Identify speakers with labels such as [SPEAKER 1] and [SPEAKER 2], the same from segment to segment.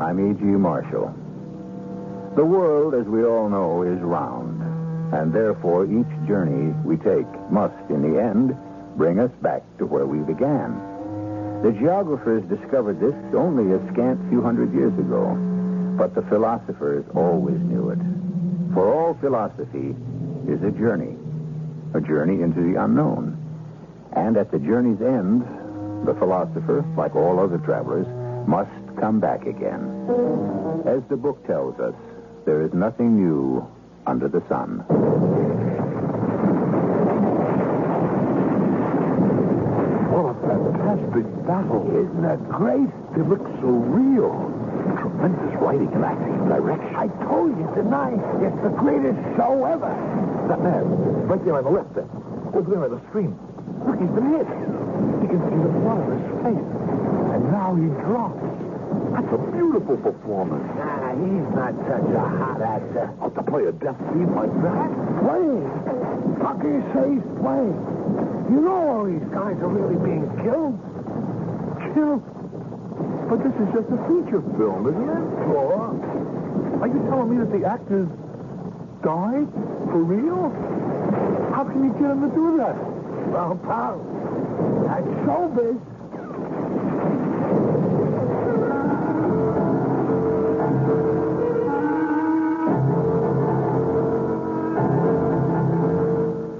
[SPEAKER 1] I'm E.G. Marshall. The world, as we all know, is round, and therefore each journey we take must, in the end, bring us back to where we began. The geographers discovered this only a scant few hundred years ago, but the philosophers always knew it. For all philosophy is a journey, a journey into the unknown. And at the journey's end, the philosopher, like all other travelers, must come back again. As the book tells us, there is nothing new under the sun.
[SPEAKER 2] What a fantastic battle. Isn't that great? It looks so real. Tremendous writing and acting and direction. I told you tonight, it's the greatest show ever. That man, right there on the left there. Over there by the stream. Look, he's been hit. You can see the blood on his face. And now he drops. That's a beautiful performance. Nah, Ah, he's not such a hot actor. Oh, to play a deaf thief like that? Play? Fucker says play. You know all these guys are really being killed. Killed? But this is just a feature film, isn't it? Or are you telling me that the actors died? For real? How can you get them to do that? Well, pal, that's showbiz.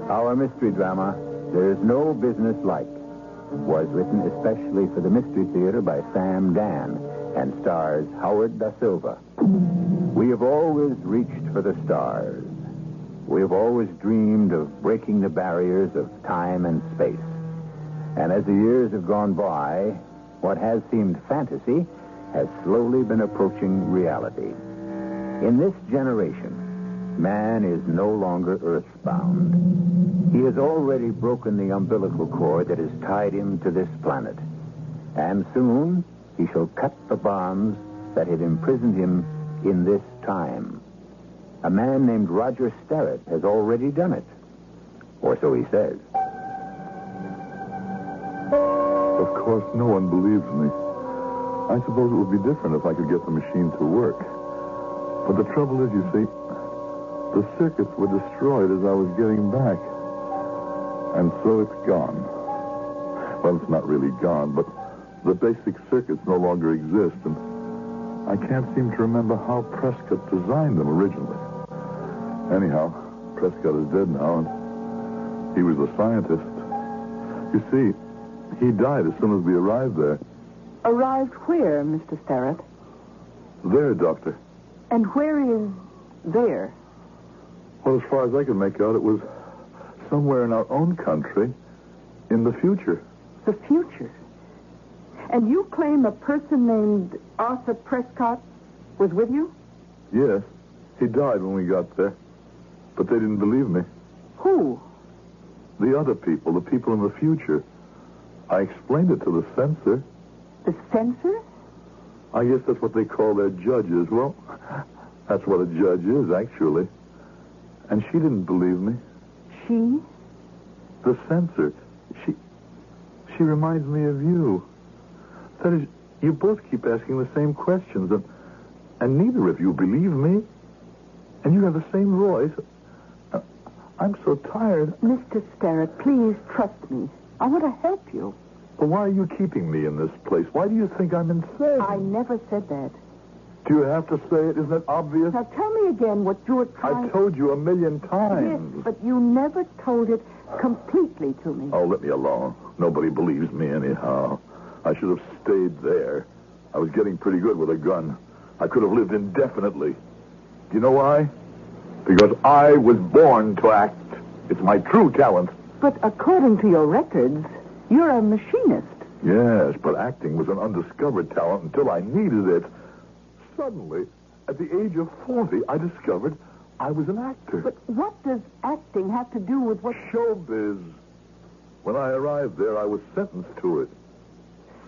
[SPEAKER 1] Our mystery drama, There's No Business Like, was written especially for the Mystery Theater by Sam Dan and stars Howard Da Silva. We have always reached for the stars. We have always dreamed of breaking the barriers of time and space. And as the years have gone by, what has seemed fantasy has slowly been approaching reality. In this generation, man is no longer earthbound. He has already broken the umbilical cord that has tied him to this planet. And soon he shall cut the bonds that had imprisoned him in this time. A man named Roger Sterrett has already done it. Or so he says.
[SPEAKER 3] Of course, no one believes me. I suppose it would be different if I could get the machine to work. But the trouble is, you see, the circuits were destroyed as I was getting back. And so it's gone. Well, it's not really gone, but the basic circuits no longer exist, and I can't seem to remember how Prescott designed them originally. Anyhow, Prescott is dead now, and he was a scientist. You see, he died as soon as we arrived there.
[SPEAKER 4] Arrived where, Mr. Sterrett?
[SPEAKER 3] There, Doctor.
[SPEAKER 4] And where is there?
[SPEAKER 3] Well, as far as I can make out, it was somewhere in our own country in the future.
[SPEAKER 4] The future. And you claim a person named Arthur Prescott was with you?
[SPEAKER 3] Yes, he died when we got there. But they didn't believe me.
[SPEAKER 4] Who?
[SPEAKER 3] The other people, the people in the future. I explained it to the censor.
[SPEAKER 4] The censor?
[SPEAKER 3] I guess that's what they call their judges. Well, that's what a judge is, actually. And she didn't believe me.
[SPEAKER 4] She?
[SPEAKER 3] The censor. She. She reminds me of you. That is, you both keep asking the same questions, and, and neither of you believe me. And you have the same voice. Uh, I'm so tired.
[SPEAKER 4] Mr. Sterrett, please trust me. I want to help you.
[SPEAKER 3] But why are you keeping me in this place? Why do you think I'm insane?
[SPEAKER 4] I never said that.
[SPEAKER 3] Do you have to say it? Isn't it obvious?
[SPEAKER 4] Now tell me again what you were trying.
[SPEAKER 3] I told you a million
[SPEAKER 4] Yes,
[SPEAKER 3] times.
[SPEAKER 4] but you never told it completely to me.
[SPEAKER 3] Oh, let me alone. Nobody believes me anyhow. I should have stayed there. I was getting pretty good with a gun. I could have lived indefinitely. Do you know why? Because I was born to act. It's my true talent.
[SPEAKER 4] But according to your records, you're a machinist.
[SPEAKER 3] Yes, but acting was an undiscovered talent until I needed it. Suddenly, at the age of 40, I discovered I was an actor.
[SPEAKER 4] But what does acting have to do with what
[SPEAKER 3] Showbiz. When I arrived there, I was sentenced to it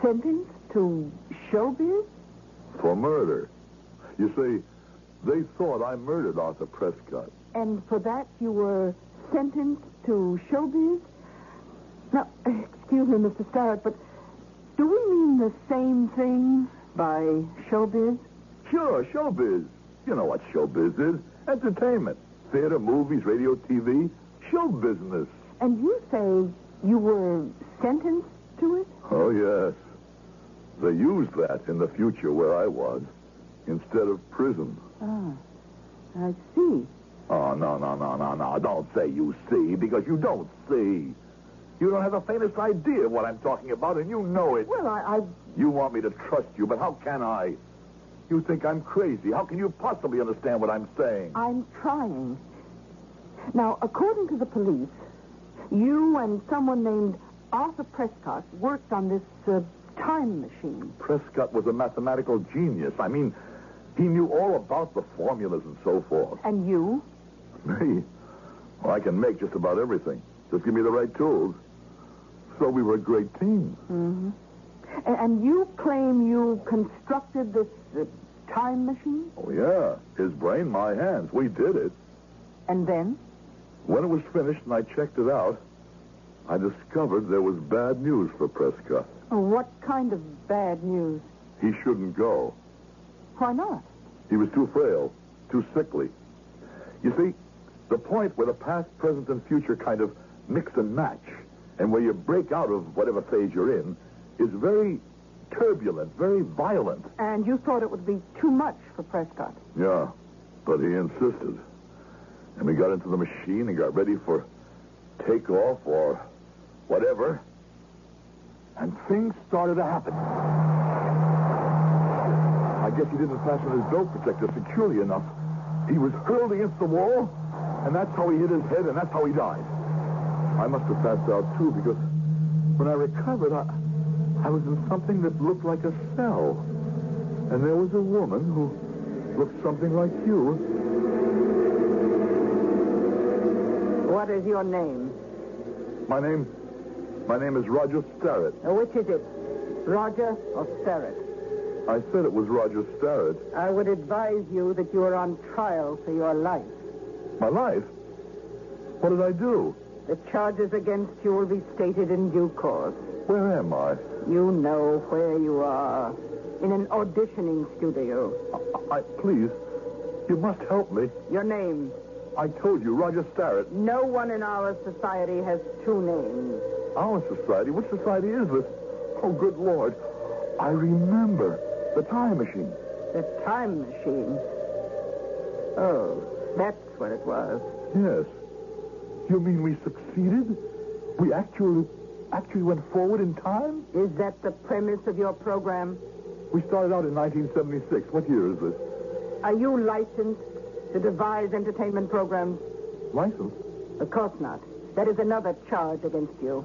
[SPEAKER 4] sentence to showbiz?
[SPEAKER 3] for murder. You see, they thought I murdered Arthur Prescott.
[SPEAKER 4] And for that you were sentenced to showbiz? Now, excuse me, Mr. Starrett, but do we mean the same thing by showbiz?
[SPEAKER 3] Sure, showbiz. You know what showbiz is. Entertainment. Theater, movies, radio, TV. Show business.
[SPEAKER 4] And you say you were sentenced to it?
[SPEAKER 3] Oh, yes. They used that in the future where I was, instead of prison.
[SPEAKER 4] Ah, I see.
[SPEAKER 3] Oh, no, no, no, no, no. Don't say you see, because you don't see. You don't have the faintest idea what I'm talking about, and you know it.
[SPEAKER 4] Well, I, I
[SPEAKER 3] You want me to trust you, but how can I? You think I'm crazy. How can you possibly understand what I'm saying?
[SPEAKER 4] I'm trying. Now, according to the police, you and someone named Arthur Prescott worked on this uh, time machine.
[SPEAKER 3] Prescott was a mathematical genius. I mean, he knew all about the formulas and so forth.
[SPEAKER 4] And you?
[SPEAKER 3] Me? Well, I can make just about everything. Just give me the right tools. So we were a great team.
[SPEAKER 4] A- And you claim you constructed this uh, time machine?
[SPEAKER 3] Oh, yeah. His brain, my hands. We did it.
[SPEAKER 4] And then?
[SPEAKER 3] When it was finished and I checked it out, I discovered there was bad news for Prescott.
[SPEAKER 4] Oh, what kind of bad news?
[SPEAKER 3] He shouldn't go.
[SPEAKER 4] Why not?
[SPEAKER 3] He was too frail, too sickly. You see, the point where the past, present, and future kind of mix and match, and where you break out of whatever phase you're in, is very turbulent, very violent.
[SPEAKER 4] And you thought it would be too much for Prescott.
[SPEAKER 3] Yeah, but he insisted. And we got into the machine and got ready for takeoff or whatever. And things started to happen. I guess he didn't fasten his belt protector securely enough. He was hurled against the wall, and that's how he hit his head, and that's how he died. I must have passed out, too, because when I recovered, I, I was in something that looked like a cell. And there was a woman who looked something like you.
[SPEAKER 4] What is your name?
[SPEAKER 3] My name, my name is Roger Starrett.
[SPEAKER 4] Uh, Which is it? Roger or Sterrett?
[SPEAKER 3] I said it was Roger Starrett.
[SPEAKER 4] I would advise you that you are on trial for your life.
[SPEAKER 3] My life. What did I do?
[SPEAKER 4] The charges against you will be stated in due course.
[SPEAKER 3] Where am I?
[SPEAKER 4] You know where you are. In an auditioning studio.
[SPEAKER 3] I, I please, you must help me.
[SPEAKER 4] Your name.
[SPEAKER 3] I told you, Roger Starrett.
[SPEAKER 4] No one in our society has two names.
[SPEAKER 3] Our society. What society is this? Oh, good Lord! I remember the time machine.
[SPEAKER 4] The time machine. Oh, that's what it was.
[SPEAKER 3] Yes. You mean we succeeded? We actually, actually went forward in time.
[SPEAKER 4] Is that the premise of your program?
[SPEAKER 3] We started out in 1976. What year is this?
[SPEAKER 4] Are you licensed to devise entertainment programs?
[SPEAKER 3] License?
[SPEAKER 4] Of course not. That is another charge against you.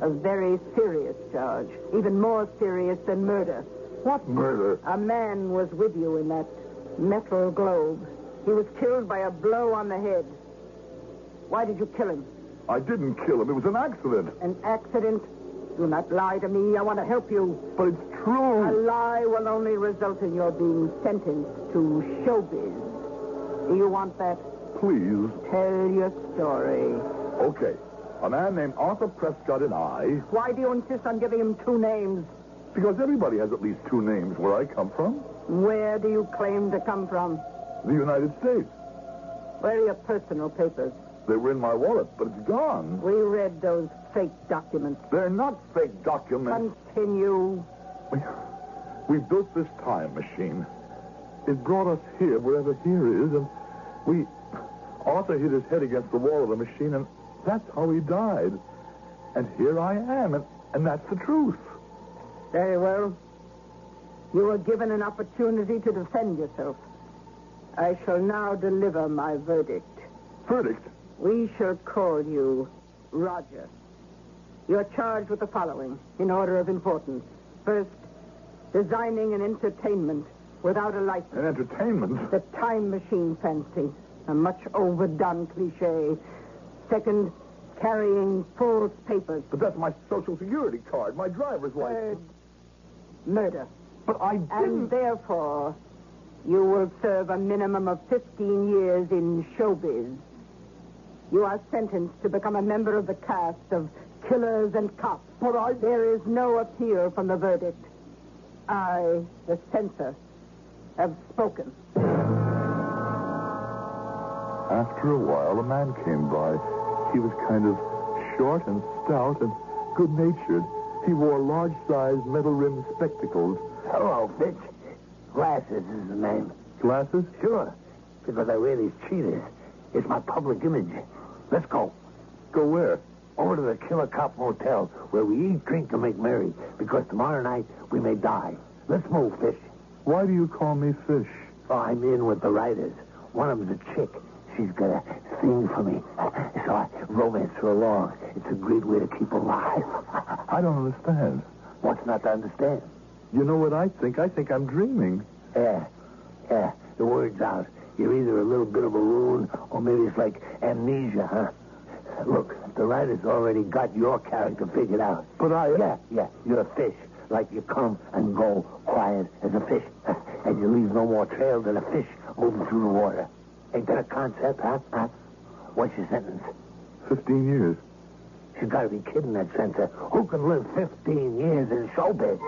[SPEAKER 4] A very serious charge. Even more serious than murder.
[SPEAKER 3] What murder?
[SPEAKER 4] A man was with you in that metal globe. He was killed by a blow on the head. Why did you kill him?
[SPEAKER 3] I didn't kill him. It was an accident.
[SPEAKER 4] An accident? Do not lie to me. I want to help you.
[SPEAKER 3] But it's true.
[SPEAKER 4] A lie will only result in your being sentenced to showbiz. Do you want that?
[SPEAKER 3] Please.
[SPEAKER 4] Tell your story.
[SPEAKER 3] Okay. A man named Arthur Prescott and I,
[SPEAKER 4] Why do you insist on giving him two names?
[SPEAKER 3] because everybody has at least two names where I come from,
[SPEAKER 4] Where do you claim to come from?
[SPEAKER 3] the United States.
[SPEAKER 4] Where are your personal papers?
[SPEAKER 3] They were in my wallet, but it's gone.
[SPEAKER 4] We read those fake documents.
[SPEAKER 3] They're not fake documents.
[SPEAKER 4] Continue.
[SPEAKER 3] We, we built this time machine. It brought us here, wherever here is, and we. Arthur hit his head against the wall of the machine, and that's how he died. And here I am, and, and that's the truth.
[SPEAKER 4] Very well. You were given an opportunity to defend yourself. I shall now deliver my verdict.
[SPEAKER 3] Verdict.
[SPEAKER 4] We shall call you Roger. You're charged with the following, in order of importance. First, designing an entertainment without a license.
[SPEAKER 3] An entertainment.
[SPEAKER 4] The time machine fancy, a much overdone cliche. Second, carrying false papers.
[SPEAKER 3] But that's my social security card, my driver's
[SPEAKER 4] Third,
[SPEAKER 3] license.
[SPEAKER 4] murder.
[SPEAKER 3] But I
[SPEAKER 4] And
[SPEAKER 1] Hmm.
[SPEAKER 3] didn't.
[SPEAKER 4] therefore, you will serve a minimum of 15 years in showbiz. You are sentenced to become a member of the cast of Killers and Cops. But I... There is no appeal from the verdict. I, the censor,
[SPEAKER 5] have spoken.
[SPEAKER 3] After a while, a man came by. He was kind of short and stout and good natured. He wore large sized metal rimmed spectacles.
[SPEAKER 1] Hello, Fitch. Glasses is the name.
[SPEAKER 3] Glasses?
[SPEAKER 1] Sure. Because I wear these cheaters. It's my public image. Let's go.
[SPEAKER 3] Go where?
[SPEAKER 1] Over to the Killer Cop Motel, where we eat, drink, and make merry. Because tomorrow night we may die. Let's move, Fish.
[SPEAKER 3] Why do you call me fish?
[SPEAKER 1] Oh, I'm in with the writers. One of them's a chick. She's got a thing for me. So I romance her along. It's a great way to keep alive.
[SPEAKER 3] I don't understand.
[SPEAKER 1] What's not to understand?
[SPEAKER 3] You know what I think? I think I'm dreaming.
[SPEAKER 1] Yeah, yeah. The word's out. You're either a little bit of a loon, or maybe it's like amnesia, huh? Look, the writer's already got your character figured out.
[SPEAKER 3] But I-
[SPEAKER 1] Yeah, yeah. You're a fish. Like you come and go quiet as a fish, huh? and you leave no more trail than a fish moving through the water. Ain't that a concept, huh? huh? What's your sentence?
[SPEAKER 3] Fifteen years.
[SPEAKER 1] You gotta be kidding that censor. Who can live 15 years in showbiz?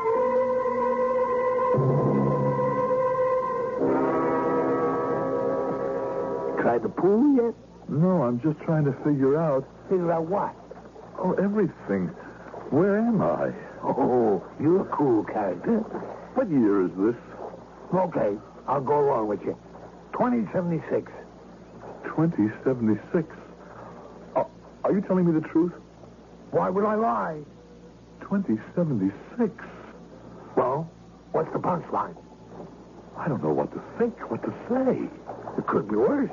[SPEAKER 1] Tried the pool yet?
[SPEAKER 3] No, I'm just trying to figure out.
[SPEAKER 1] Figure out what?
[SPEAKER 3] Oh, everything. Where am I?
[SPEAKER 1] Oh, you're a cool character.
[SPEAKER 3] What year is this?
[SPEAKER 1] Okay, I'll go along with you. 2076.
[SPEAKER 3] 2076. Are- Uh, are you telling me the truth?
[SPEAKER 1] Why would I lie?
[SPEAKER 3] 2076.
[SPEAKER 1] Well, what's the punchline?
[SPEAKER 3] I don't know what to think, what to say.
[SPEAKER 1] It could be worse.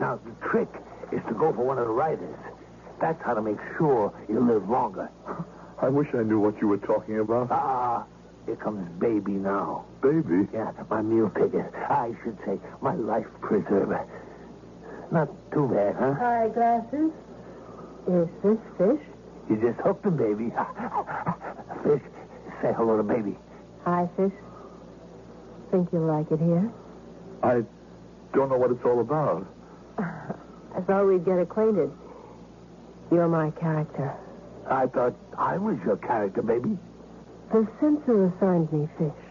[SPEAKER 1] Now, the trick is to go for one of the writers. That's how to make sure you live longer.
[SPEAKER 3] I wish I knew what you were talking about.
[SPEAKER 1] Ah, here comes baby now.
[SPEAKER 3] Baby.
[SPEAKER 1] Yeah, my meal ticket. I should say my life preserver. Not too bad, huh?
[SPEAKER 5] Hi, glasses. Is this fish?
[SPEAKER 1] You just hooked him, baby. Fish, say hello to baby.
[SPEAKER 5] Hi, fish. Think you'll like it here?
[SPEAKER 3] I don't know what it's all about.
[SPEAKER 5] I thought we'd get acquainted. You're my character.
[SPEAKER 1] I thought I was your character, baby.
[SPEAKER 5] The censor assigned me fish.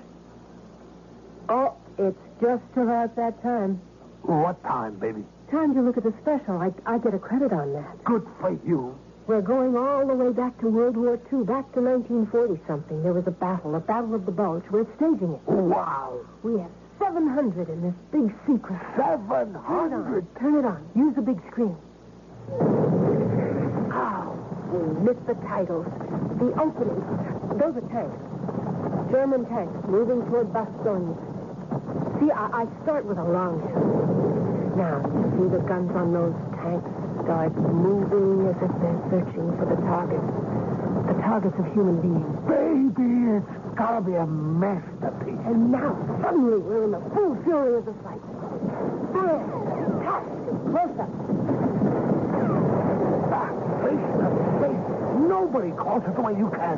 [SPEAKER 5] Oh, it's just about that time.
[SPEAKER 1] What time, baby?
[SPEAKER 5] Time to look at the special. I, I get a credit on that.
[SPEAKER 1] Good for you.
[SPEAKER 5] We're going all the way back to World War II, back to 1940-something. There was a battle, a battle of the Bulge. We're staging it.
[SPEAKER 1] Wow.
[SPEAKER 5] We have 700 in this big secret.
[SPEAKER 1] Seven
[SPEAKER 5] Turn it on.
[SPEAKER 1] hundred.
[SPEAKER 5] Turn it on. Use the big screen. Ow. We missed the titles. The opening. Those are tanks. German tanks moving toward Bastogne. See, I, I start with a long shot. Now, you see the guns on those tanks start moving as if they're searching for the targets. The targets of human beings.
[SPEAKER 1] Baby, it's gotta be a masterpiece.
[SPEAKER 5] And now, suddenly, we're in the full fury of the fight. Fire! Attack! Close up!
[SPEAKER 1] Ah, face to face. Nobody calls it the way you can.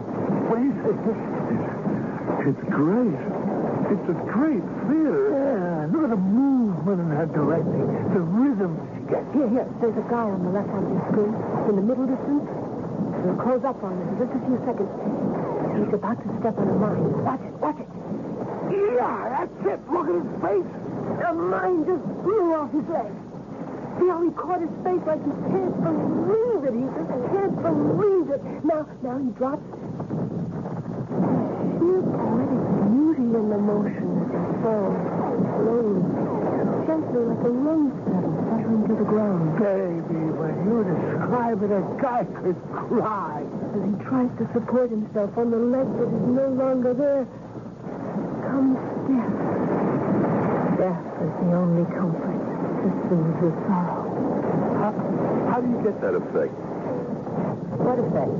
[SPEAKER 1] What do you say? It's great. It's a great theater. Yeah, look at the movement in her directing. The rhythm she gets.
[SPEAKER 5] Here, here. There's a guy on the left hand of your screen. In the middle distance. He'll close up on him in just a few seconds. He's about to step on a mine. Watch it, watch it.
[SPEAKER 1] Yeah, that's it. Look at his face.
[SPEAKER 5] The mine just blew off his leg. See how he caught his face like he can't believe it. He just can't believe it. Now, now he drops. Sheer poetic beauty in the motion as he falls, slowly, gently like a rose petal fluttering to the ground.
[SPEAKER 1] Baby, when you describe it, a guy could cry.
[SPEAKER 5] As he tries to support himself on the leg that is no longer there, comes death. Death is the only comfort to soothe his sorrow.
[SPEAKER 3] How, how do you get that effect?
[SPEAKER 5] What effect?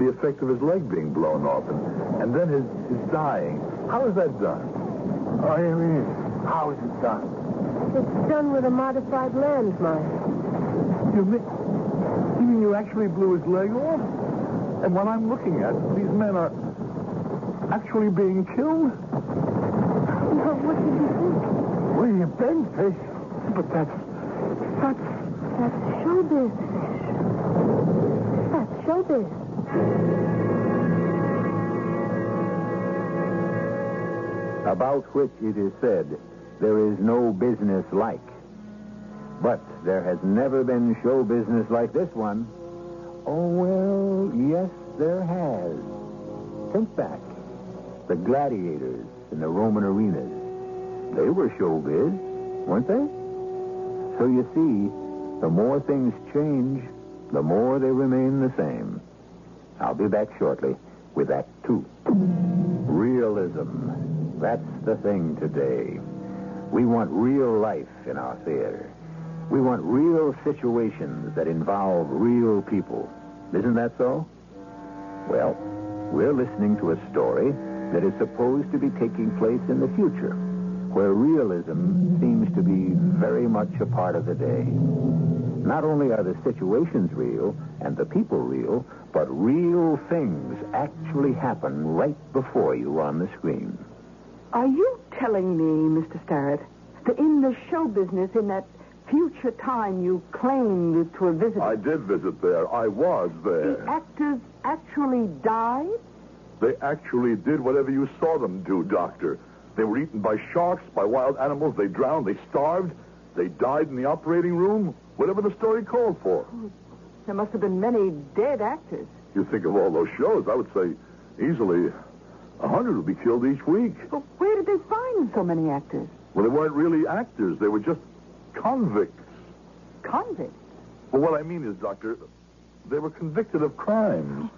[SPEAKER 3] The effect of his leg being blown off and, and then his, his dying. How is that done?
[SPEAKER 1] Oh, here he is. How is it done?
[SPEAKER 5] It's done with a modified landmine.
[SPEAKER 3] You mean, you mean you actually blew his leg off? And what I'm looking at, these men are actually being killed?
[SPEAKER 5] Well, what did you think?
[SPEAKER 3] Where you been, Fish? But that's, that's
[SPEAKER 5] That's showbiz. That's showbiz.
[SPEAKER 1] about which it is said, there is no business like. But there has never been show business like this one. Oh, well, yes, there has. Think back. The gladiators in the Roman arenas. They were showbiz, weren't they? So you see, the more things change, the more they remain the same. I'll be back shortly with Act Two. Realism. That's the thing today. We want real life in our theater. We want real situations that involve real people. Isn't that so? Well, we're listening to a story that is supposed to be taking place in the future, where realism seems to be very much a part of the day. Not only are the situations real and the people real, but real things actually happen right before you on the screen.
[SPEAKER 4] Are you telling me, Mr. Starrett, that in the show business, in that future time you claimed to have visited,
[SPEAKER 1] uh,
[SPEAKER 3] I did visit there. I was
[SPEAKER 4] the
[SPEAKER 3] there.
[SPEAKER 4] actors actually died?
[SPEAKER 3] They actually did whatever you saw them do, Doctor. They were eaten by sharks, by wild animals. They drowned. They starved. They died in the operating room. Whatever the story called for.
[SPEAKER 4] There must have been many dead actors.
[SPEAKER 3] You think of all those shows, I would say easily a hundred would be killed each week.
[SPEAKER 4] But where did they find so many actors?
[SPEAKER 3] Well, they weren't really actors. They were just convicts.
[SPEAKER 4] Convicts.
[SPEAKER 3] Well, what I mean is, Doctor, they were convicted of crimes.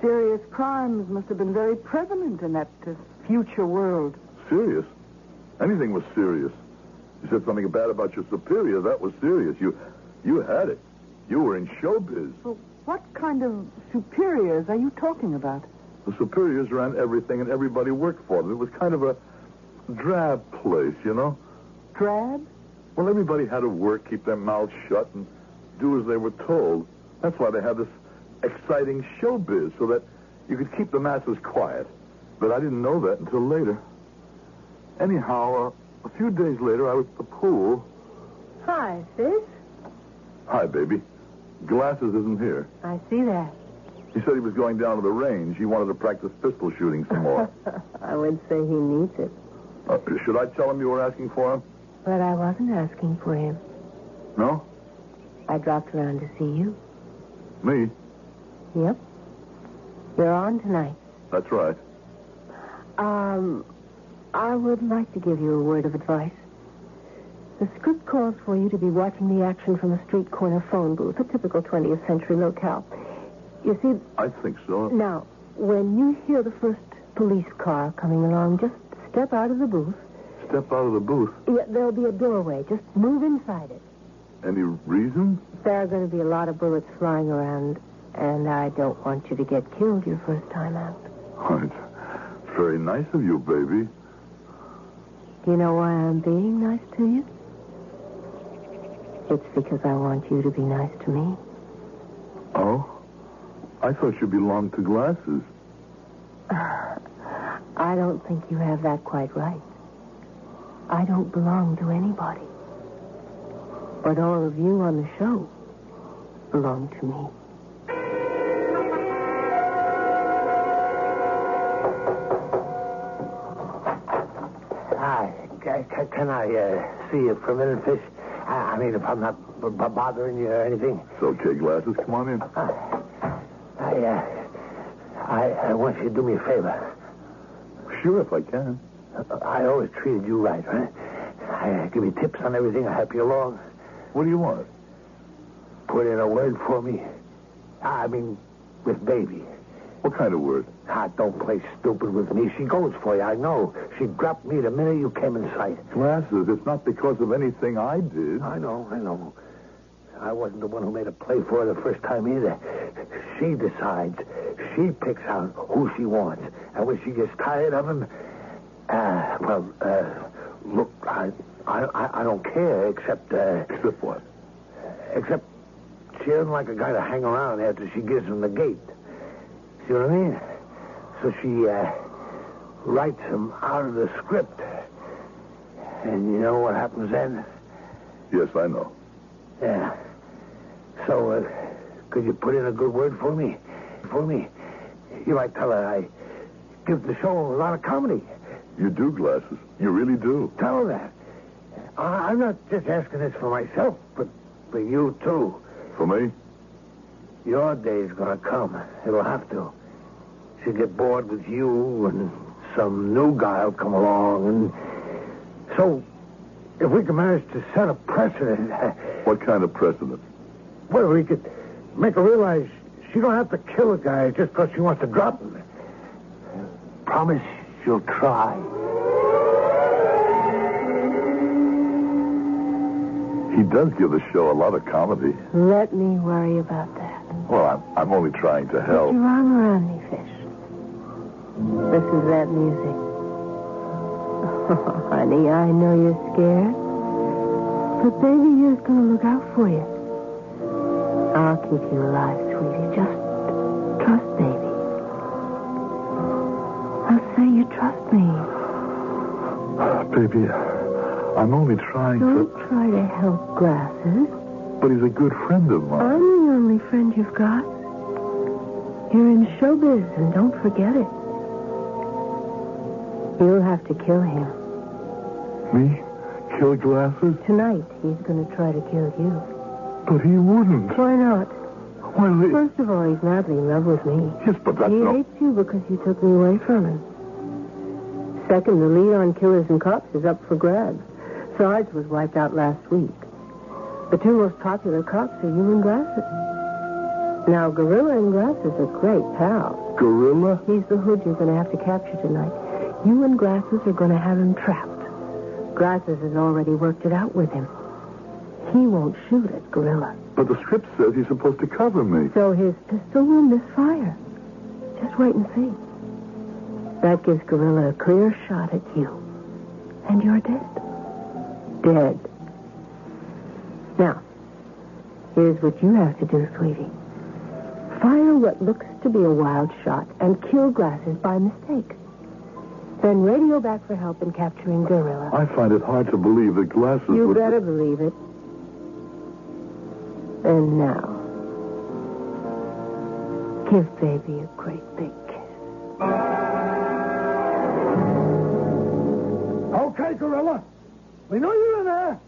[SPEAKER 4] Serious crimes must have been very prevalent in that uh, future world.
[SPEAKER 3] Serious. Anything was serious. You said something bad about your superior. That was serious. You, you had it. You were in showbiz.
[SPEAKER 4] Well, what kind of superiors are you talking about?
[SPEAKER 3] The superiors ran everything, and everybody worked for them. It was kind of a drab place, you know.
[SPEAKER 4] Drab?
[SPEAKER 3] Well, everybody had to work, keep their mouths shut, and do as they were told. That's why they had this exciting showbiz, so that you could keep the masses quiet. But I didn't know that until later. Anyhow, uh, a few days later, I was at the pool.
[SPEAKER 5] Hi, sis.
[SPEAKER 3] Hi, baby. Glasses isn't here.
[SPEAKER 5] I see that.
[SPEAKER 3] He said he was going down to the range. He wanted to practice pistol shooting some more.
[SPEAKER 5] I would say he needs it.
[SPEAKER 3] uh, should I tell him you were asking for him?
[SPEAKER 5] But I wasn't asking for him.
[SPEAKER 3] No?
[SPEAKER 5] I dropped around to see you.
[SPEAKER 3] Me?
[SPEAKER 5] Yep. You're on tonight.
[SPEAKER 3] That's right.
[SPEAKER 5] Um, I would like to give you a word of advice. The script calls for you to be watching the action from a street corner phone booth, a typical 20th century locale. You see,
[SPEAKER 3] I think so.
[SPEAKER 5] Now, when you hear the first police car coming along, just step out of the booth.
[SPEAKER 3] Step out of the booth.
[SPEAKER 5] Yeah, there'll be a doorway. Just move inside it.
[SPEAKER 3] Any reason?
[SPEAKER 5] There are going to be a lot of bullets flying around, and I don't want you to get killed your first time out.
[SPEAKER 3] Oh, it's very nice of you, baby.
[SPEAKER 5] Do you know why I'm being nice to you? It's because I want you to be nice to me.
[SPEAKER 3] Oh? I thought you belonged to glasses.
[SPEAKER 5] I don't think you have that quite right. I don't belong to anybody. But all of you on the show belong to me.
[SPEAKER 6] Hi. Can, can I uh, see you for a minute, Fish? I, I mean, if I'm not b- b- bothering you or anything.
[SPEAKER 3] It's okay, glasses. Come on in.
[SPEAKER 6] I, uh, I, I want you to do me a favor.
[SPEAKER 3] Sure, if I can.
[SPEAKER 6] I always treated you right, right? I uh, give you tips on everything. I help you along.
[SPEAKER 3] What do you want?
[SPEAKER 6] Put in a word for me. I mean, with baby.
[SPEAKER 3] What kind of word?
[SPEAKER 6] Ah, don't play stupid with me. She goes for you. I know. She dropped me the minute you came in sight.
[SPEAKER 3] Glasses. It's not because of anything I did.
[SPEAKER 6] I know, I know. I wasn't the one who made a play for her the first time either. She decides. She picks out who she wants. And when she gets tired of him, uh, well, uh, look, I, I, I- I don't care except, uh,
[SPEAKER 3] Except what?
[SPEAKER 6] except she doesn't like a guy to hang around after she gives him the gate. See what I mean? So she uh, writes him out of the script. And you know what happens then?
[SPEAKER 3] Yes, I know.
[SPEAKER 6] Yeah. So, uh, could you put in a good word for me? For me? You might tell her I give the show a lot of comedy.
[SPEAKER 3] You do glasses. You really do.
[SPEAKER 6] Tell her that. I- I'm not just asking this for myself, but for you, too.
[SPEAKER 3] For me?
[SPEAKER 6] Your day's gonna come. It'll have to. She'll get bored with you, and some new guy'll come along, and so if we can manage to set a precedent,
[SPEAKER 3] What kind of precedent?
[SPEAKER 6] well, we could make her realize she don't have to kill a guy just because she wants to drop him. Promise you'll try.
[SPEAKER 3] He does give the show a lot of comedy.
[SPEAKER 5] Let me worry about that.
[SPEAKER 3] Well, I'm, I'm only trying to help.
[SPEAKER 5] Put your arm around me, Fish. Listen to that music. Oh, honey, I know you're scared. But baby is going to look out for you. I'll keep you alive, sweetie. Just trust baby. I'll say you trust me.
[SPEAKER 3] Ah, Baby, I'm only trying
[SPEAKER 5] Don't
[SPEAKER 3] to.
[SPEAKER 5] try to help glasses.
[SPEAKER 3] But he's a good friend of mine.
[SPEAKER 5] I'm the only friend you've got. You're in showbiz, and don't forget it. You'll have to kill him.
[SPEAKER 3] Me? Kill glasses?
[SPEAKER 5] Tonight, he's going to try to kill you.
[SPEAKER 3] But he wouldn't.
[SPEAKER 5] Hmm? Why not?
[SPEAKER 3] Well, he-
[SPEAKER 5] First of all, he's madly in love with me.
[SPEAKER 3] yes, but that's
[SPEAKER 5] he
[SPEAKER 3] not.
[SPEAKER 5] hates you because you took me away from him. Second, the lead on killers and cops is up for grabs. Sarge was wiped out last week. The two most popular cops are you and Glasses. Now, Gorilla and Glasses are great pals.
[SPEAKER 3] Gorilla?
[SPEAKER 5] He's the hood you're going to have to capture tonight. You and Glasses are going to have him trapped. Glasses has already worked it out with him. He won't shoot at Gorilla,
[SPEAKER 3] But the script says he's supposed to cover me.
[SPEAKER 5] so his pistol will misfire. Just wait and see. That gives Gorilla a clear shot at you. And you're dead. Dead. Now, here's what you have to do, sweetie. Fire what looks to be a wild shot and kill Glasses by mistake. Then radio back for help in capturing Gorilla.
[SPEAKER 3] I find it hard to believe that glasses
[SPEAKER 5] You
[SPEAKER 3] would.
[SPEAKER 5] better believe it. And now, give baby a great big kiss.
[SPEAKER 6] Okay, Gorilla. We know you're in there.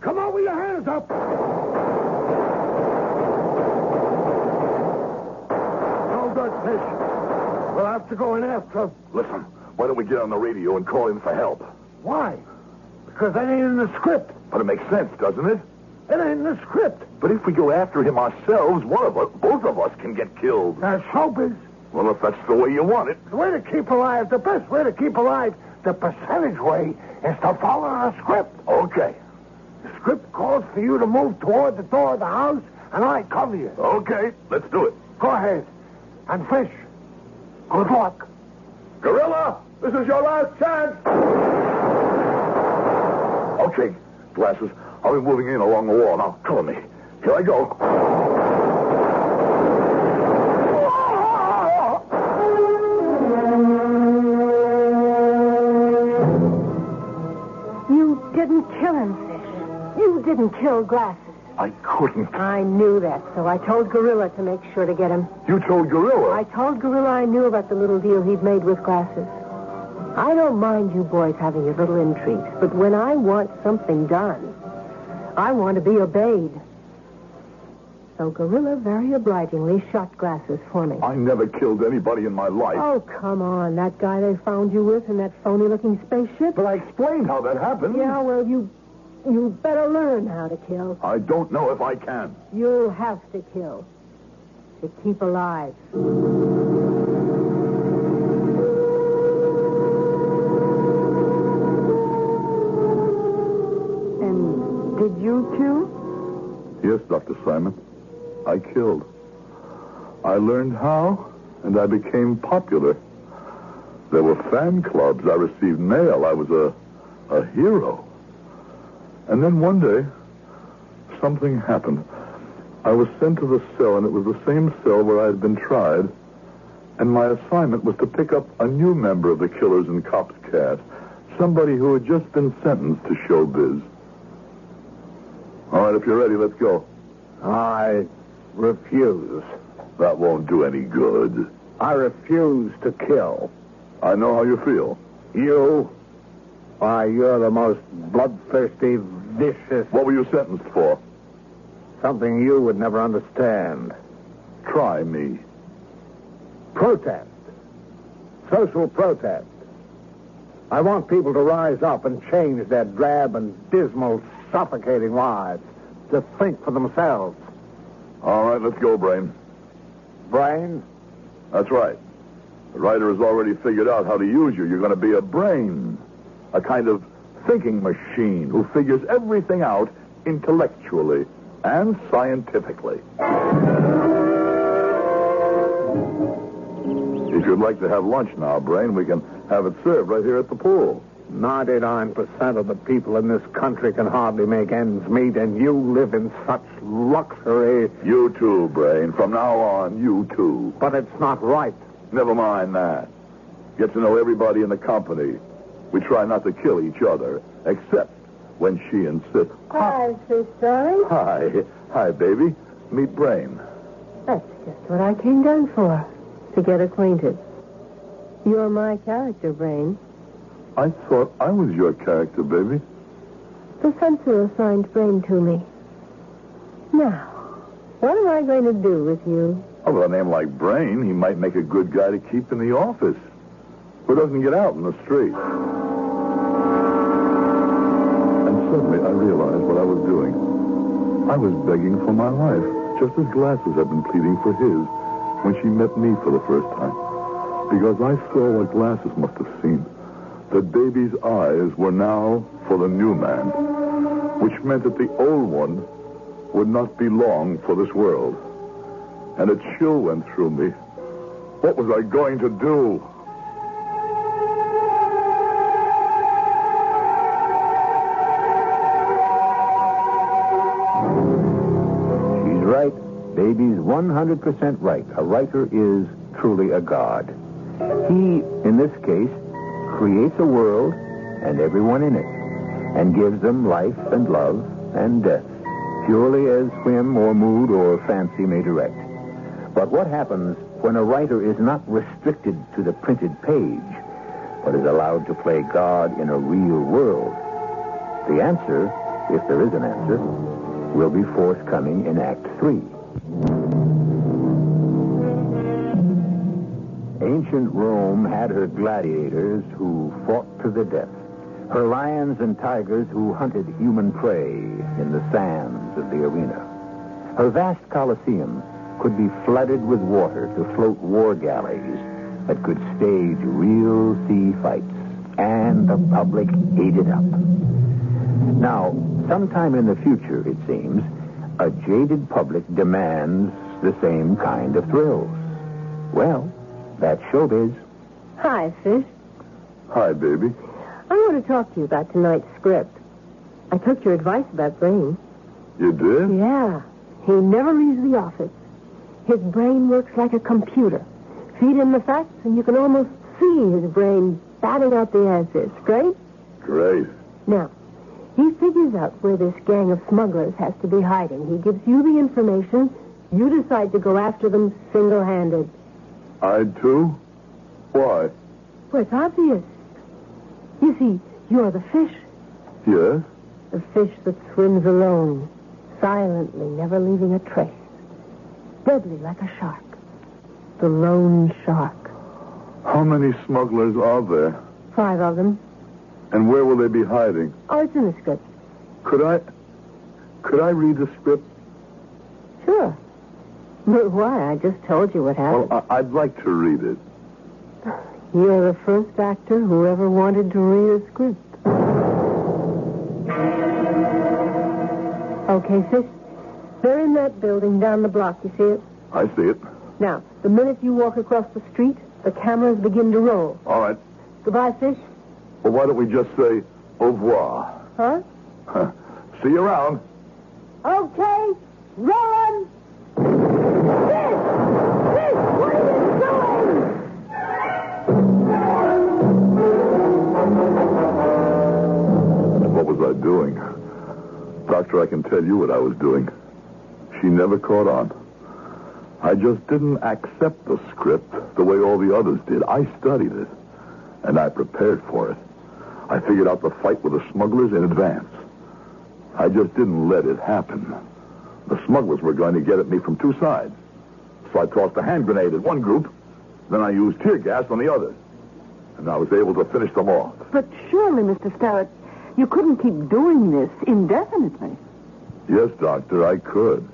[SPEAKER 6] Come on with your hands up. No good, Fish. We'll have to go in after him.
[SPEAKER 3] Listen, why don't we get on the radio and call in for help?
[SPEAKER 6] Why? Because that ain't in the script.
[SPEAKER 3] But it makes sense, doesn't it?
[SPEAKER 6] It ain't in the script.
[SPEAKER 3] But if we go after him ourselves, one of us, both of us, can get killed.
[SPEAKER 6] That's showbiz.
[SPEAKER 3] Well, if that's the way you want it.
[SPEAKER 6] The way to keep alive, the best way to keep alive, the percentage way, is to follow the script.
[SPEAKER 3] Okay.
[SPEAKER 6] The script calls for you to move toward the door of the house, and I cover you.
[SPEAKER 3] Okay, let's do it.
[SPEAKER 6] Go ahead. And fish. Good luck.
[SPEAKER 3] Gorilla, this is your last chance. Okay, glasses. I'll be moving in along the wall. Now, cover me. Here I go.
[SPEAKER 5] You didn't kill him, Fish. You didn't kill Glasses.
[SPEAKER 3] I couldn't.
[SPEAKER 5] I knew that, so I told Gorilla to make sure to get him.
[SPEAKER 3] You told Gorilla.
[SPEAKER 5] I told Gorilla I knew about the little deal he'd made with Glasses. I don't mind you boys having your little intrigues, but when I want something done, I want to be obeyed. So Gorilla very obligingly shot Glasses for me.
[SPEAKER 3] I never killed anybody in my life.
[SPEAKER 5] Oh, come on. That guy they found you with in that phony-looking spaceship?
[SPEAKER 3] But I explained how that happened.
[SPEAKER 5] Yeah, well, you... You better learn how to kill.
[SPEAKER 3] I don't know if I can.
[SPEAKER 5] You have to kill to keep alive.
[SPEAKER 4] And did you too?
[SPEAKER 3] Yes, Dr. Simon. I killed. I learned how, and I became popular. There were fan clubs. I received mail. I was a, a hero. And then one day, something happened. I was sent to the cell, and it was the same cell where I had been tried. And my assignment was to pick up a new member of the Killers and Cops cast, somebody who had just been sentenced to showbiz. All right, if you're ready, let's go.
[SPEAKER 6] I refuse.
[SPEAKER 3] That won't do any good.
[SPEAKER 6] I refuse to kill.
[SPEAKER 3] I know how you feel.
[SPEAKER 6] You? Why, you're the most bloodthirsty, vicious.
[SPEAKER 3] What were you sentenced for?
[SPEAKER 6] Something you would never understand.
[SPEAKER 3] Try me.
[SPEAKER 6] Protest. Social protest. I want people to rise up and change their drab and dismal, suffocating lives. To think for themselves.
[SPEAKER 3] All right, let's go, Brain.
[SPEAKER 6] Brain?
[SPEAKER 3] That's right. The writer has already figured out how to use you. You're going to be a brain, a kind of thinking machine who figures everything out intellectually and scientifically. If you'd like to have lunch now, Brain, we can have it served right here at the pool.
[SPEAKER 6] 99% of the people in this country can hardly make ends meet, and you live in such luxury.
[SPEAKER 3] You too, Brain. From now on, you too.
[SPEAKER 6] But it's not right.
[SPEAKER 3] Never mind that. Get to know everybody in the company. We try not to kill each other, except when she insists.
[SPEAKER 5] Hi, sweet
[SPEAKER 3] Hi. Hi, baby. Meet Brain.
[SPEAKER 5] That's just what I came down for, to get acquainted. You're my character, Brain.
[SPEAKER 3] I thought I was your character, baby.
[SPEAKER 5] The censor assigned Brain to me. Now, what am I going to do with you?
[SPEAKER 3] Oh, with a name like Brain, he might make a good guy to keep in the office. Who doesn't get out in the street? And suddenly I realized what I was doing. I was begging for my life, just as Glasses had been pleading for his when she met me for the first time. Because I saw what Glasses must have seen. The baby's eyes were now for the new man, which meant that the old one would not be long for this world. And a chill went through me. What was I going to do?
[SPEAKER 1] She's right. Baby's 100% right. A writer is truly a god. He, in this case, creates a world and everyone in it, and gives them life and love and death, purely as whim or mood or fancy may direct. But what happens when a writer is not restricted to the printed page, but is allowed to play God in a real world? The answer, if there is an answer, will be forthcoming in Act Three. Ancient Rome had her gladiators who fought to the death, her lions and tigers who hunted human prey in the sands of the arena. Her vast Colosseum could be flooded with water to float war galleys that could stage real sea fights, and the public ate it up. Now, sometime in the future, it seems, a jaded public demands the same kind of thrills. Well, that's showbiz.
[SPEAKER 5] Hi, Fish.
[SPEAKER 3] Hi, baby.
[SPEAKER 5] I want to talk to you about tonight's script. I took your advice about Brain.
[SPEAKER 3] You did?
[SPEAKER 5] Yeah. He never leaves the office. His brain works like a computer. Feed him the facts, and you can almost see his brain batting out the answers. Great?
[SPEAKER 3] Great.
[SPEAKER 5] Now, he figures out where this gang of smugglers has to be hiding. He gives you the information. You decide to go after them single handed.
[SPEAKER 3] I too? Why?
[SPEAKER 5] Well, it's obvious. You see, you're the fish,
[SPEAKER 3] Yes?
[SPEAKER 5] the fish that swims alone, silently, never leaving a trace. Deadly like a shark. The lone shark.
[SPEAKER 3] How many smugglers are there?
[SPEAKER 5] Five of them.
[SPEAKER 3] And where will they be hiding?
[SPEAKER 5] Oh, it's in the script.
[SPEAKER 3] Could I. Could I read the script?
[SPEAKER 5] Sure. But why? I just told you what happened.
[SPEAKER 3] Well, I, I'd like to read it.
[SPEAKER 5] You're the first actor who ever wanted to read a script. Okay, Fish. They're in that building down the block. You see it?
[SPEAKER 3] I see it.
[SPEAKER 5] Now, the minute you walk across the street, the cameras begin to roll.
[SPEAKER 3] All right.
[SPEAKER 5] Goodbye, Fish.
[SPEAKER 3] Well, why don't we just say au revoir?
[SPEAKER 5] Huh?
[SPEAKER 3] Huh. See you around.
[SPEAKER 5] Okay, roll 'em. Fish! Fish, what are you doing?
[SPEAKER 3] What was I doing? Doctor, I can tell you what I was doing. She never caught on. I just didn't accept the script the way all the others did. I studied it. and I prepared for it. I figured out the fight with the smugglers in advance. I just didn't let it happen. The smugglers were going to get at me from two sides. So I tossed a hand grenade at one group, then I used tear gas on the other. And I was able to finish them off.
[SPEAKER 4] But surely, Mr. Starrett, you couldn't keep doing this indefinitely.
[SPEAKER 3] Yes, Doctor, I could.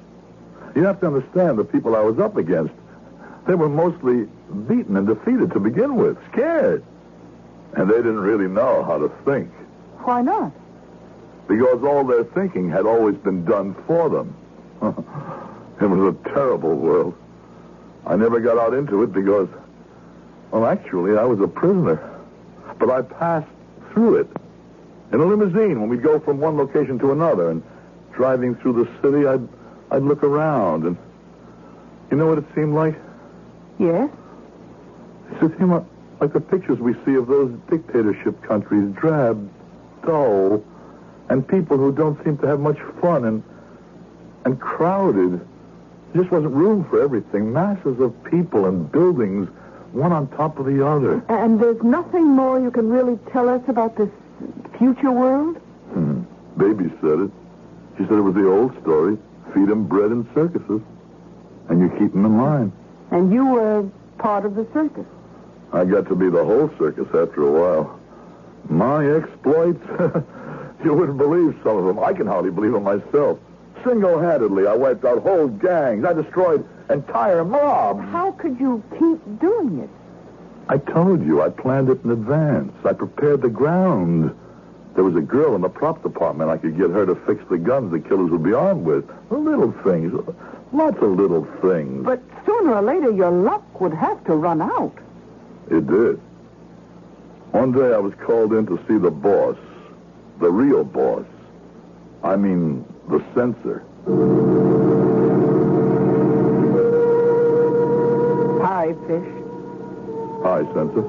[SPEAKER 3] You have to understand the people I was up against. They were mostly beaten and defeated to begin with, scared. And they didn't really know how to think,
[SPEAKER 4] Why not?
[SPEAKER 3] because all their thinking had always been done for them. it was a terrible world. I never got out into it because, well, actually, I was a prisoner. But I passed through it in a limousine when we'd go from one location to another. And driving through the city, I'd, I'd look around. And you know what it seemed like?
[SPEAKER 4] Yes?
[SPEAKER 3] It seemed like, like the pictures we see of those dictatorship countries, drab, dull, and people who don't seem to have much fun and and crowded. There just wasn't room for everything. Masses of people and buildings, one on top of the other.
[SPEAKER 4] And there's nothing more you can really tell us about this future world?
[SPEAKER 3] Baby said it. She said it was the old story. Feed 'em bread and circuses. And you keep 'em in line.
[SPEAKER 4] And you were part of the circus.
[SPEAKER 3] I got to be the whole circus after a while. My exploits? you wouldn't believe some of them. I can hardly believe them myself. Single-handedly, I wiped out whole gangs. I destroyed entire mobs.
[SPEAKER 4] How could you keep doing it?
[SPEAKER 3] I told you, I planned it in advance. I prepared the ground. There was a girl in the prop department. I could get her to fix the guns the killers would be armed with. Little things. Lots of little things.
[SPEAKER 4] But sooner or later, your luck would have to run out.
[SPEAKER 3] It did. One day I was called in to see the boss, the real boss. I mean, the censor.
[SPEAKER 4] Hi, Fish.
[SPEAKER 3] Hi, censor.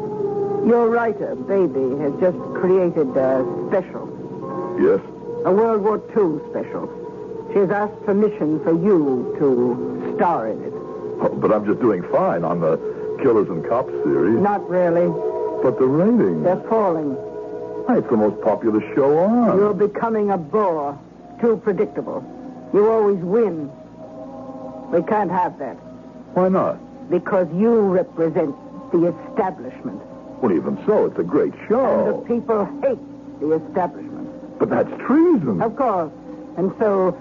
[SPEAKER 4] Your writer, Baby, has just created a special,
[SPEAKER 3] Yes.
[SPEAKER 4] a World War II special. She has asked permission for you to star in it.
[SPEAKER 3] Oh, But I'm just doing fine on the Killers and Cops series.
[SPEAKER 4] Not really.
[SPEAKER 3] But the ratings.
[SPEAKER 4] They're falling.
[SPEAKER 3] Hey, It's the most popular show on.
[SPEAKER 4] You're becoming a bore. Too predictable. You always win. We can't have that
[SPEAKER 3] Why not?
[SPEAKER 4] because you represent the establishment.
[SPEAKER 3] Well, even so, it's a great
[SPEAKER 4] And
[SPEAKER 3] show.
[SPEAKER 4] the people hate the establishment.
[SPEAKER 3] But that's treason.
[SPEAKER 4] Of course. And so,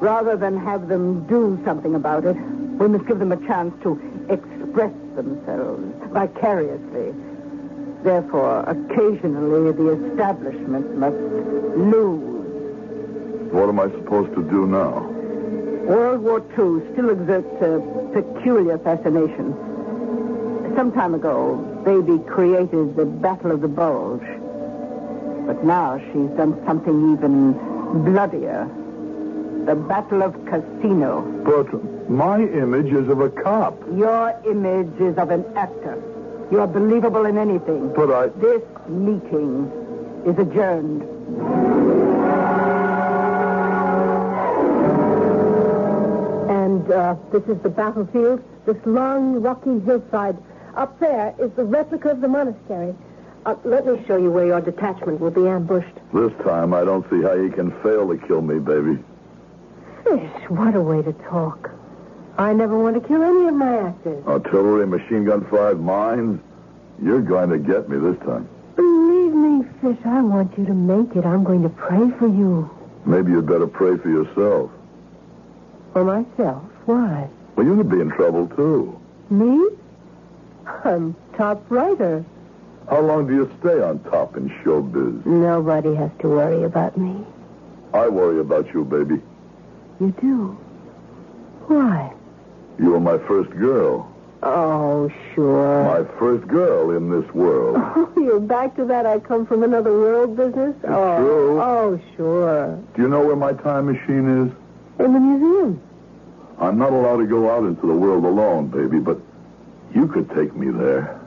[SPEAKER 4] rather than have them do something about it, we must give them a chance to express themselves vicariously. Therefore, occasionally the establishment must lose.
[SPEAKER 3] What am I supposed to do now?
[SPEAKER 4] World War II still exerts a peculiar fascination. Some time ago, Baby created the Battle of the Bulge. But now she's done something even bloodier. The Battle of Casino.
[SPEAKER 3] Bertram, my image is of a cop.
[SPEAKER 4] Your image is of an actor. You are believable in anything.
[SPEAKER 3] But I.
[SPEAKER 4] This meeting is adjourned.
[SPEAKER 5] And uh, this is the battlefield, this long, rocky hillside. Up there is the replica of the monastery. Uh, let me show you where your detachment will be ambushed.
[SPEAKER 3] This time, I don't see how you can fail to kill me, baby.
[SPEAKER 5] Fish, what a way to talk. I never want to kill any of my actors.
[SPEAKER 3] Artillery, machine gun fired mines. You're going to get me this time.
[SPEAKER 5] Believe me, Fish, I want you to make it. I'm going to pray for you.
[SPEAKER 3] Maybe you'd better pray for yourself.
[SPEAKER 5] For myself? Why?
[SPEAKER 3] Well, you could be in trouble, too.
[SPEAKER 5] Me? I'm top writer.
[SPEAKER 3] How long do you stay on top in showbiz?
[SPEAKER 5] Nobody has to worry about me.
[SPEAKER 3] I worry about you, baby.
[SPEAKER 5] You do? Why?
[SPEAKER 3] You were my first girl.
[SPEAKER 5] Oh, sure.
[SPEAKER 3] My first girl in this world.
[SPEAKER 5] Oh, you're back to that I come from another world business? oh,
[SPEAKER 3] true.
[SPEAKER 5] oh, sure.
[SPEAKER 3] Do you know where my time machine is?
[SPEAKER 5] In the museum.
[SPEAKER 3] I'm not allowed to go out into the world alone, baby, but you could take me there.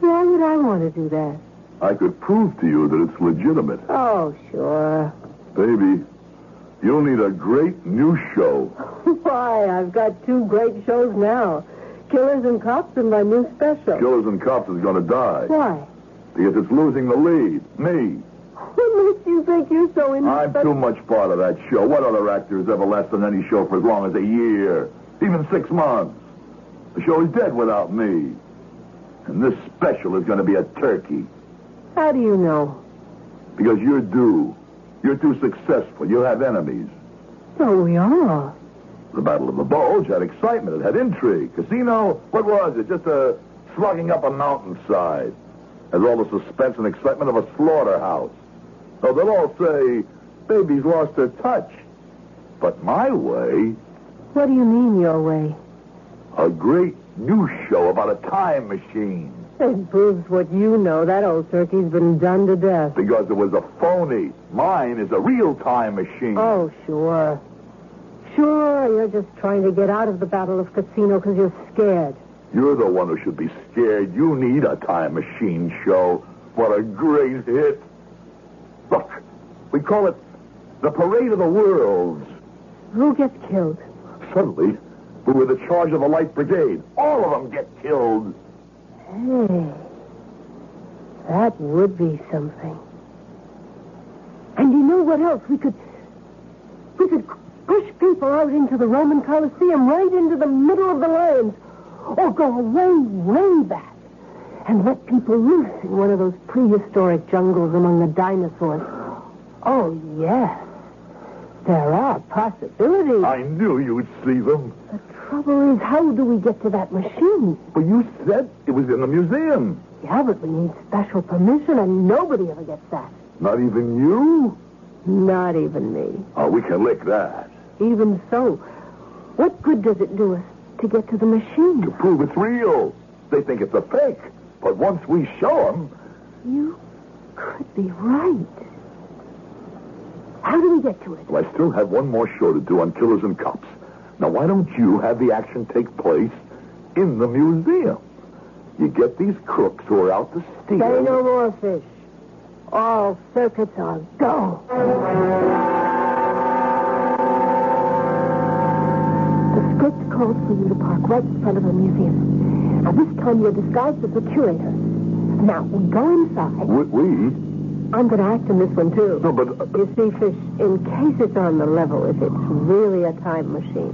[SPEAKER 5] Why would I want to do that?
[SPEAKER 3] I could prove to you that it's legitimate.
[SPEAKER 5] Oh, sure.
[SPEAKER 3] Baby, you'll need a great new show.
[SPEAKER 5] Why, I've got two great shows now. Killers and Cops and my new special.
[SPEAKER 3] Killers and Cops is going to die.
[SPEAKER 5] Why?
[SPEAKER 3] because it's losing the lead. Me.
[SPEAKER 5] What makes you think you're so in?
[SPEAKER 3] I'm too much part of that show. What other actor has ever lasted on any show for as long as a year? Even six months. The show is dead without me. And this special is going to be a turkey.
[SPEAKER 5] How do you know?
[SPEAKER 3] Because you're due. You're too successful. You have enemies.
[SPEAKER 5] So we are.
[SPEAKER 3] The Battle of the Bulge had excitement. It had intrigue. Casino, what was it? Just a slugging up a mountainside. Has all the suspense and excitement of a slaughterhouse. So they'll all say, baby's lost her touch. But my way,
[SPEAKER 5] What do you mean your way?
[SPEAKER 3] a great new show about a time machine.
[SPEAKER 5] It proves what you know. That old turkey's been done to death.
[SPEAKER 3] Because it was a phony. Mine is a real time machine.
[SPEAKER 5] Oh, sure. Sure, you're just trying to get out of the Battle of Casino because you're scared.
[SPEAKER 3] You're the one who should be scared. You need a time machine show. What a great hit. Look, we call it the Parade of the Worlds.
[SPEAKER 5] Who gets killed?
[SPEAKER 3] Suddenly, we were the charge of the Light Brigade. All of them get killed.
[SPEAKER 5] Hey, Hmm. that would be something. And you know what else? We could, we could push people out into the Roman Colosseum, right into the middle of the lions, or go way, way back, and let people loose in one of those prehistoric jungles among the dinosaurs. Oh yes, there are possibilities.
[SPEAKER 3] I knew you'd see them.
[SPEAKER 5] The trouble is, how do we get to that machine?
[SPEAKER 3] But you said it was in the museum.
[SPEAKER 5] Yeah, but we need special permission, and nobody ever gets that.
[SPEAKER 3] Not even you?
[SPEAKER 5] Not even me.
[SPEAKER 3] Oh, we can lick that.
[SPEAKER 5] Even so, what good does it do us to get to the machine?
[SPEAKER 3] To prove it's real. They think it's a fake. But once we show them,
[SPEAKER 5] You could be right. How do we get to it?
[SPEAKER 3] I still have one more show to do on killers and cops. Now, why don't you have the action take place in the museum? You get these crooks who are out to steal.
[SPEAKER 5] Say no more fish. All circuits are go. The script calls for you to park right in front of the museum. Now, this time you're disguised as the curator. Now, we go inside.
[SPEAKER 3] Would we?
[SPEAKER 5] I'm going to act in this one, too.
[SPEAKER 3] No, but uh,
[SPEAKER 5] You see, Fish, in case it's on the level, if it's really a time machine,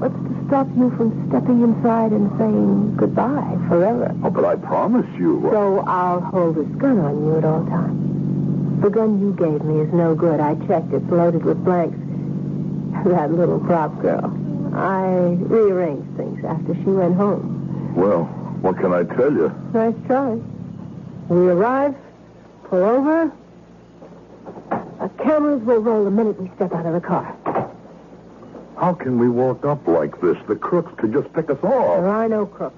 [SPEAKER 5] what's to stop you from stepping inside and saying goodbye forever?
[SPEAKER 3] oh, but I promise you. uh,
[SPEAKER 5] So I'll hold this gun on you at all times. The gun you gave me is no good. I checked. It's loaded with blanks. That little prop girl. I rearranged things after she went home.
[SPEAKER 3] Well, what can I tell you?
[SPEAKER 5] Nice try. We arrive, pull over. Our cameras will roll the minute we step out of the car.
[SPEAKER 3] How can we walk up like this? The crooks could just pick us
[SPEAKER 5] There
[SPEAKER 3] off.
[SPEAKER 5] are no crooks.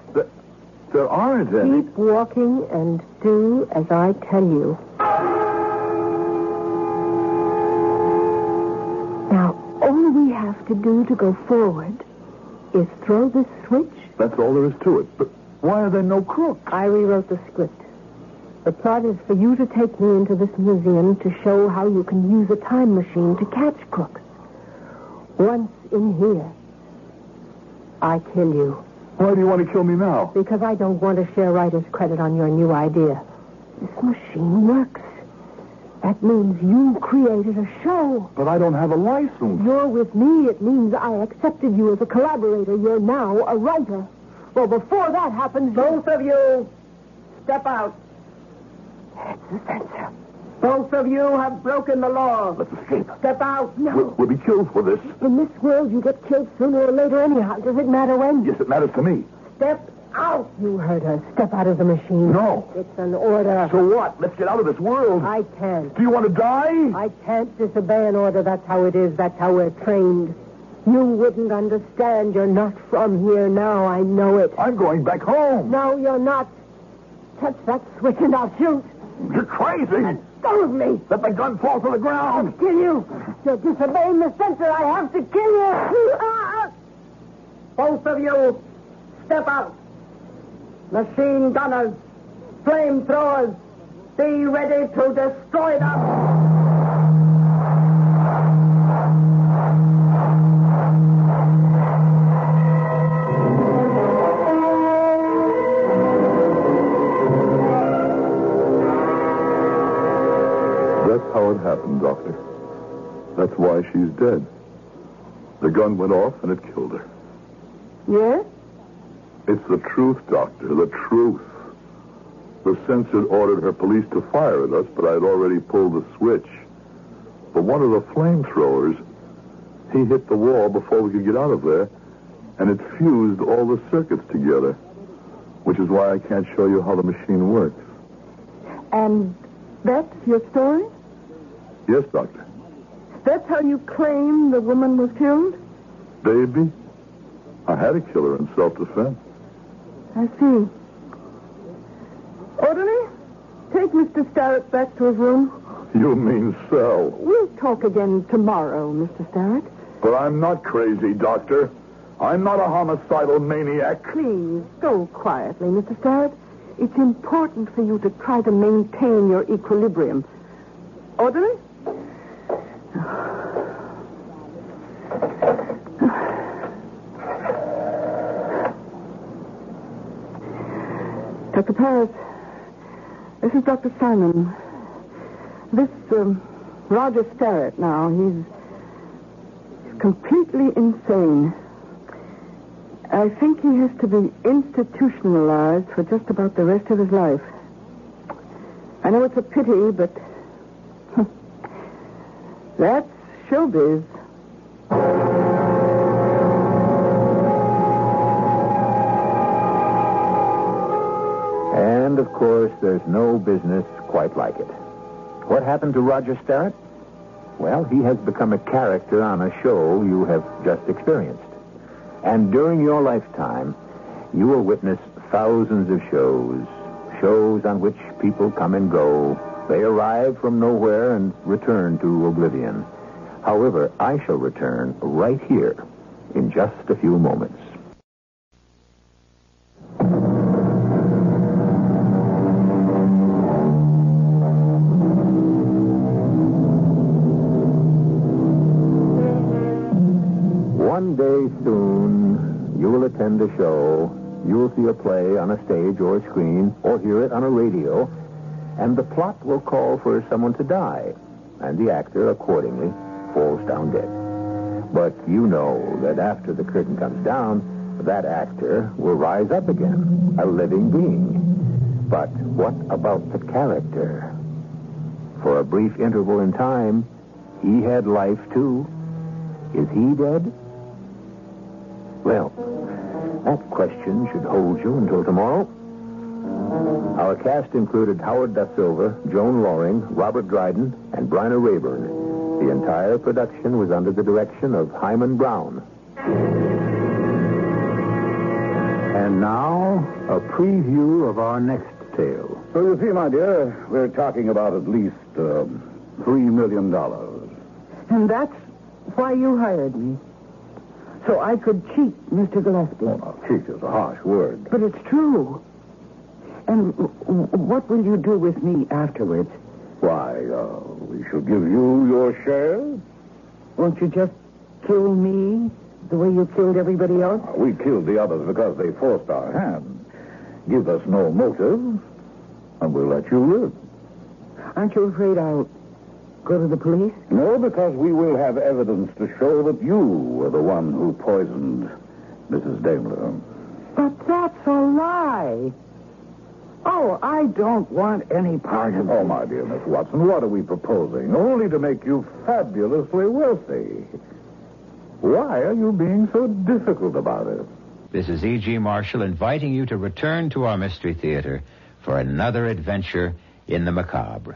[SPEAKER 3] There aren't any.
[SPEAKER 5] Keep walking and do as I tell you. Now, all we have to do to go forward is throw this switch.
[SPEAKER 3] That's all there is to it. But why are there no crooks?
[SPEAKER 5] I rewrote the script. The plot is for you to take me into this museum to show how you can use a time machine to catch crooks. Once in here, I kill you
[SPEAKER 3] Why do you want to kill me now?
[SPEAKER 5] because I don't want to share writer's credit on your new idea. This machine works. That means you created a show.
[SPEAKER 3] But I don't have a license.
[SPEAKER 5] You're with me. It means I accepted you as a collaborator. You're now a writer. Well, before that happens, both of you step out. That's the censor. Both of you have broken the law.
[SPEAKER 3] Let's escape.
[SPEAKER 5] Step out. No.
[SPEAKER 3] We'll, we'll be killed for this.
[SPEAKER 5] In this world, you get killed sooner or later anyhow. Does it matter when?
[SPEAKER 3] Yes, it matters to me.
[SPEAKER 5] Step out. You heard her. Step out of the machine.
[SPEAKER 3] No.
[SPEAKER 5] It's an order.
[SPEAKER 3] So what? Let's get out of this world.
[SPEAKER 5] I can't.
[SPEAKER 3] Do you want to die?
[SPEAKER 5] I can't disobey an order. That's how it is. That's how we're trained. You wouldn't understand. You're not from here now. I know it.
[SPEAKER 3] I'm going back home.
[SPEAKER 5] No, you're not. Touch that switch and I'll shoot.
[SPEAKER 3] You're crazy.
[SPEAKER 5] Go with me.
[SPEAKER 3] Let the gun fall to the
[SPEAKER 5] I'll
[SPEAKER 3] ground.
[SPEAKER 5] kill you. You're disobeying the censor. I have to kill you. Ah! Both of you, step out. Machine gunners, flamethrowers, be ready to destroy them.
[SPEAKER 3] how it happened, Doctor. That's why she's dead. The gun went off and it killed her.
[SPEAKER 4] Yes?
[SPEAKER 3] It's the truth, Doctor, the truth. The censor ordered her police to fire at us, but I'd already pulled the switch. But one of the flamethrowers, he hit the wall before we could get out of there, and it fused all the circuits together, which is why I can't show you how the machine works.
[SPEAKER 4] And that's your story?
[SPEAKER 3] Yes, Doctor.
[SPEAKER 4] That's how you claim the woman was killed?
[SPEAKER 3] Baby, I had to kill her in self-defense.
[SPEAKER 4] I see. Orderly, take Mr. Starrett back to his room.
[SPEAKER 3] You mean so.
[SPEAKER 4] We'll talk again tomorrow, Mr. Starrett.
[SPEAKER 3] But I'm not crazy, Doctor. I'm not a homicidal maniac.
[SPEAKER 4] Please, go quietly, Mr. Starrett. It's important for you to try to maintain your equilibrium. Orderly? Dr. Paris, this is Dr. Simon. This um, Roger Starrett now, he's completely insane. I think he has to be institutionalized for just about the rest of his life. I know it's a pity, but that's showbiz.
[SPEAKER 1] And of course, there's no business quite like it. What happened to Roger Starrett? Well, he has become a character on a show you have just experienced. And during your lifetime, you will witness thousands of shows, shows on which people come and go. They arrive from nowhere and return to oblivion. However, I shall return right here in just a few moments. One day soon, you will attend a show, you'll see a play on a stage or a screen, or hear it on a radio, and the plot will call for someone to die, and the actor accordingly falls down dead. But you know that after the curtain comes down, that actor will rise up again, a living being. But what about the character? For a brief interval in time, he had life too. Is he dead? Well, that question should hold you until tomorrow. Our cast included Howard Da Silva, Joan Loring, Robert Dryden, and Bryna Rayburn. The entire production was under the direction of Hyman Brown. And now, a preview of our next tale.
[SPEAKER 6] So you see, my dear, we're talking about at least um, three million dollars.
[SPEAKER 4] And that's why you hired me. So I could cheat Mr. Gillespie.
[SPEAKER 6] Now, cheat is a harsh word.
[SPEAKER 4] But it's true. And w- w- what will you do with me afterwards?
[SPEAKER 6] Why, uh, we shall give you your share.
[SPEAKER 4] Won't you just kill me the way you killed everybody else?
[SPEAKER 6] We killed the others because they forced our hand. Give us no motive, and we'll let you live.
[SPEAKER 4] Aren't you afraid I'll go to the police?
[SPEAKER 6] No, because we will have evidence to show that you were the one who poisoned Mrs. Daimler.
[SPEAKER 4] But that's a lie. Oh, I don't want any part of
[SPEAKER 6] Oh, my dear Miss Watson, what are we proposing? Only to make you fabulously wealthy. Why are you being so difficult about it?
[SPEAKER 1] This is E.G. E Marshall inviting you to return to our Mystery Theater for another adventure in the macabre.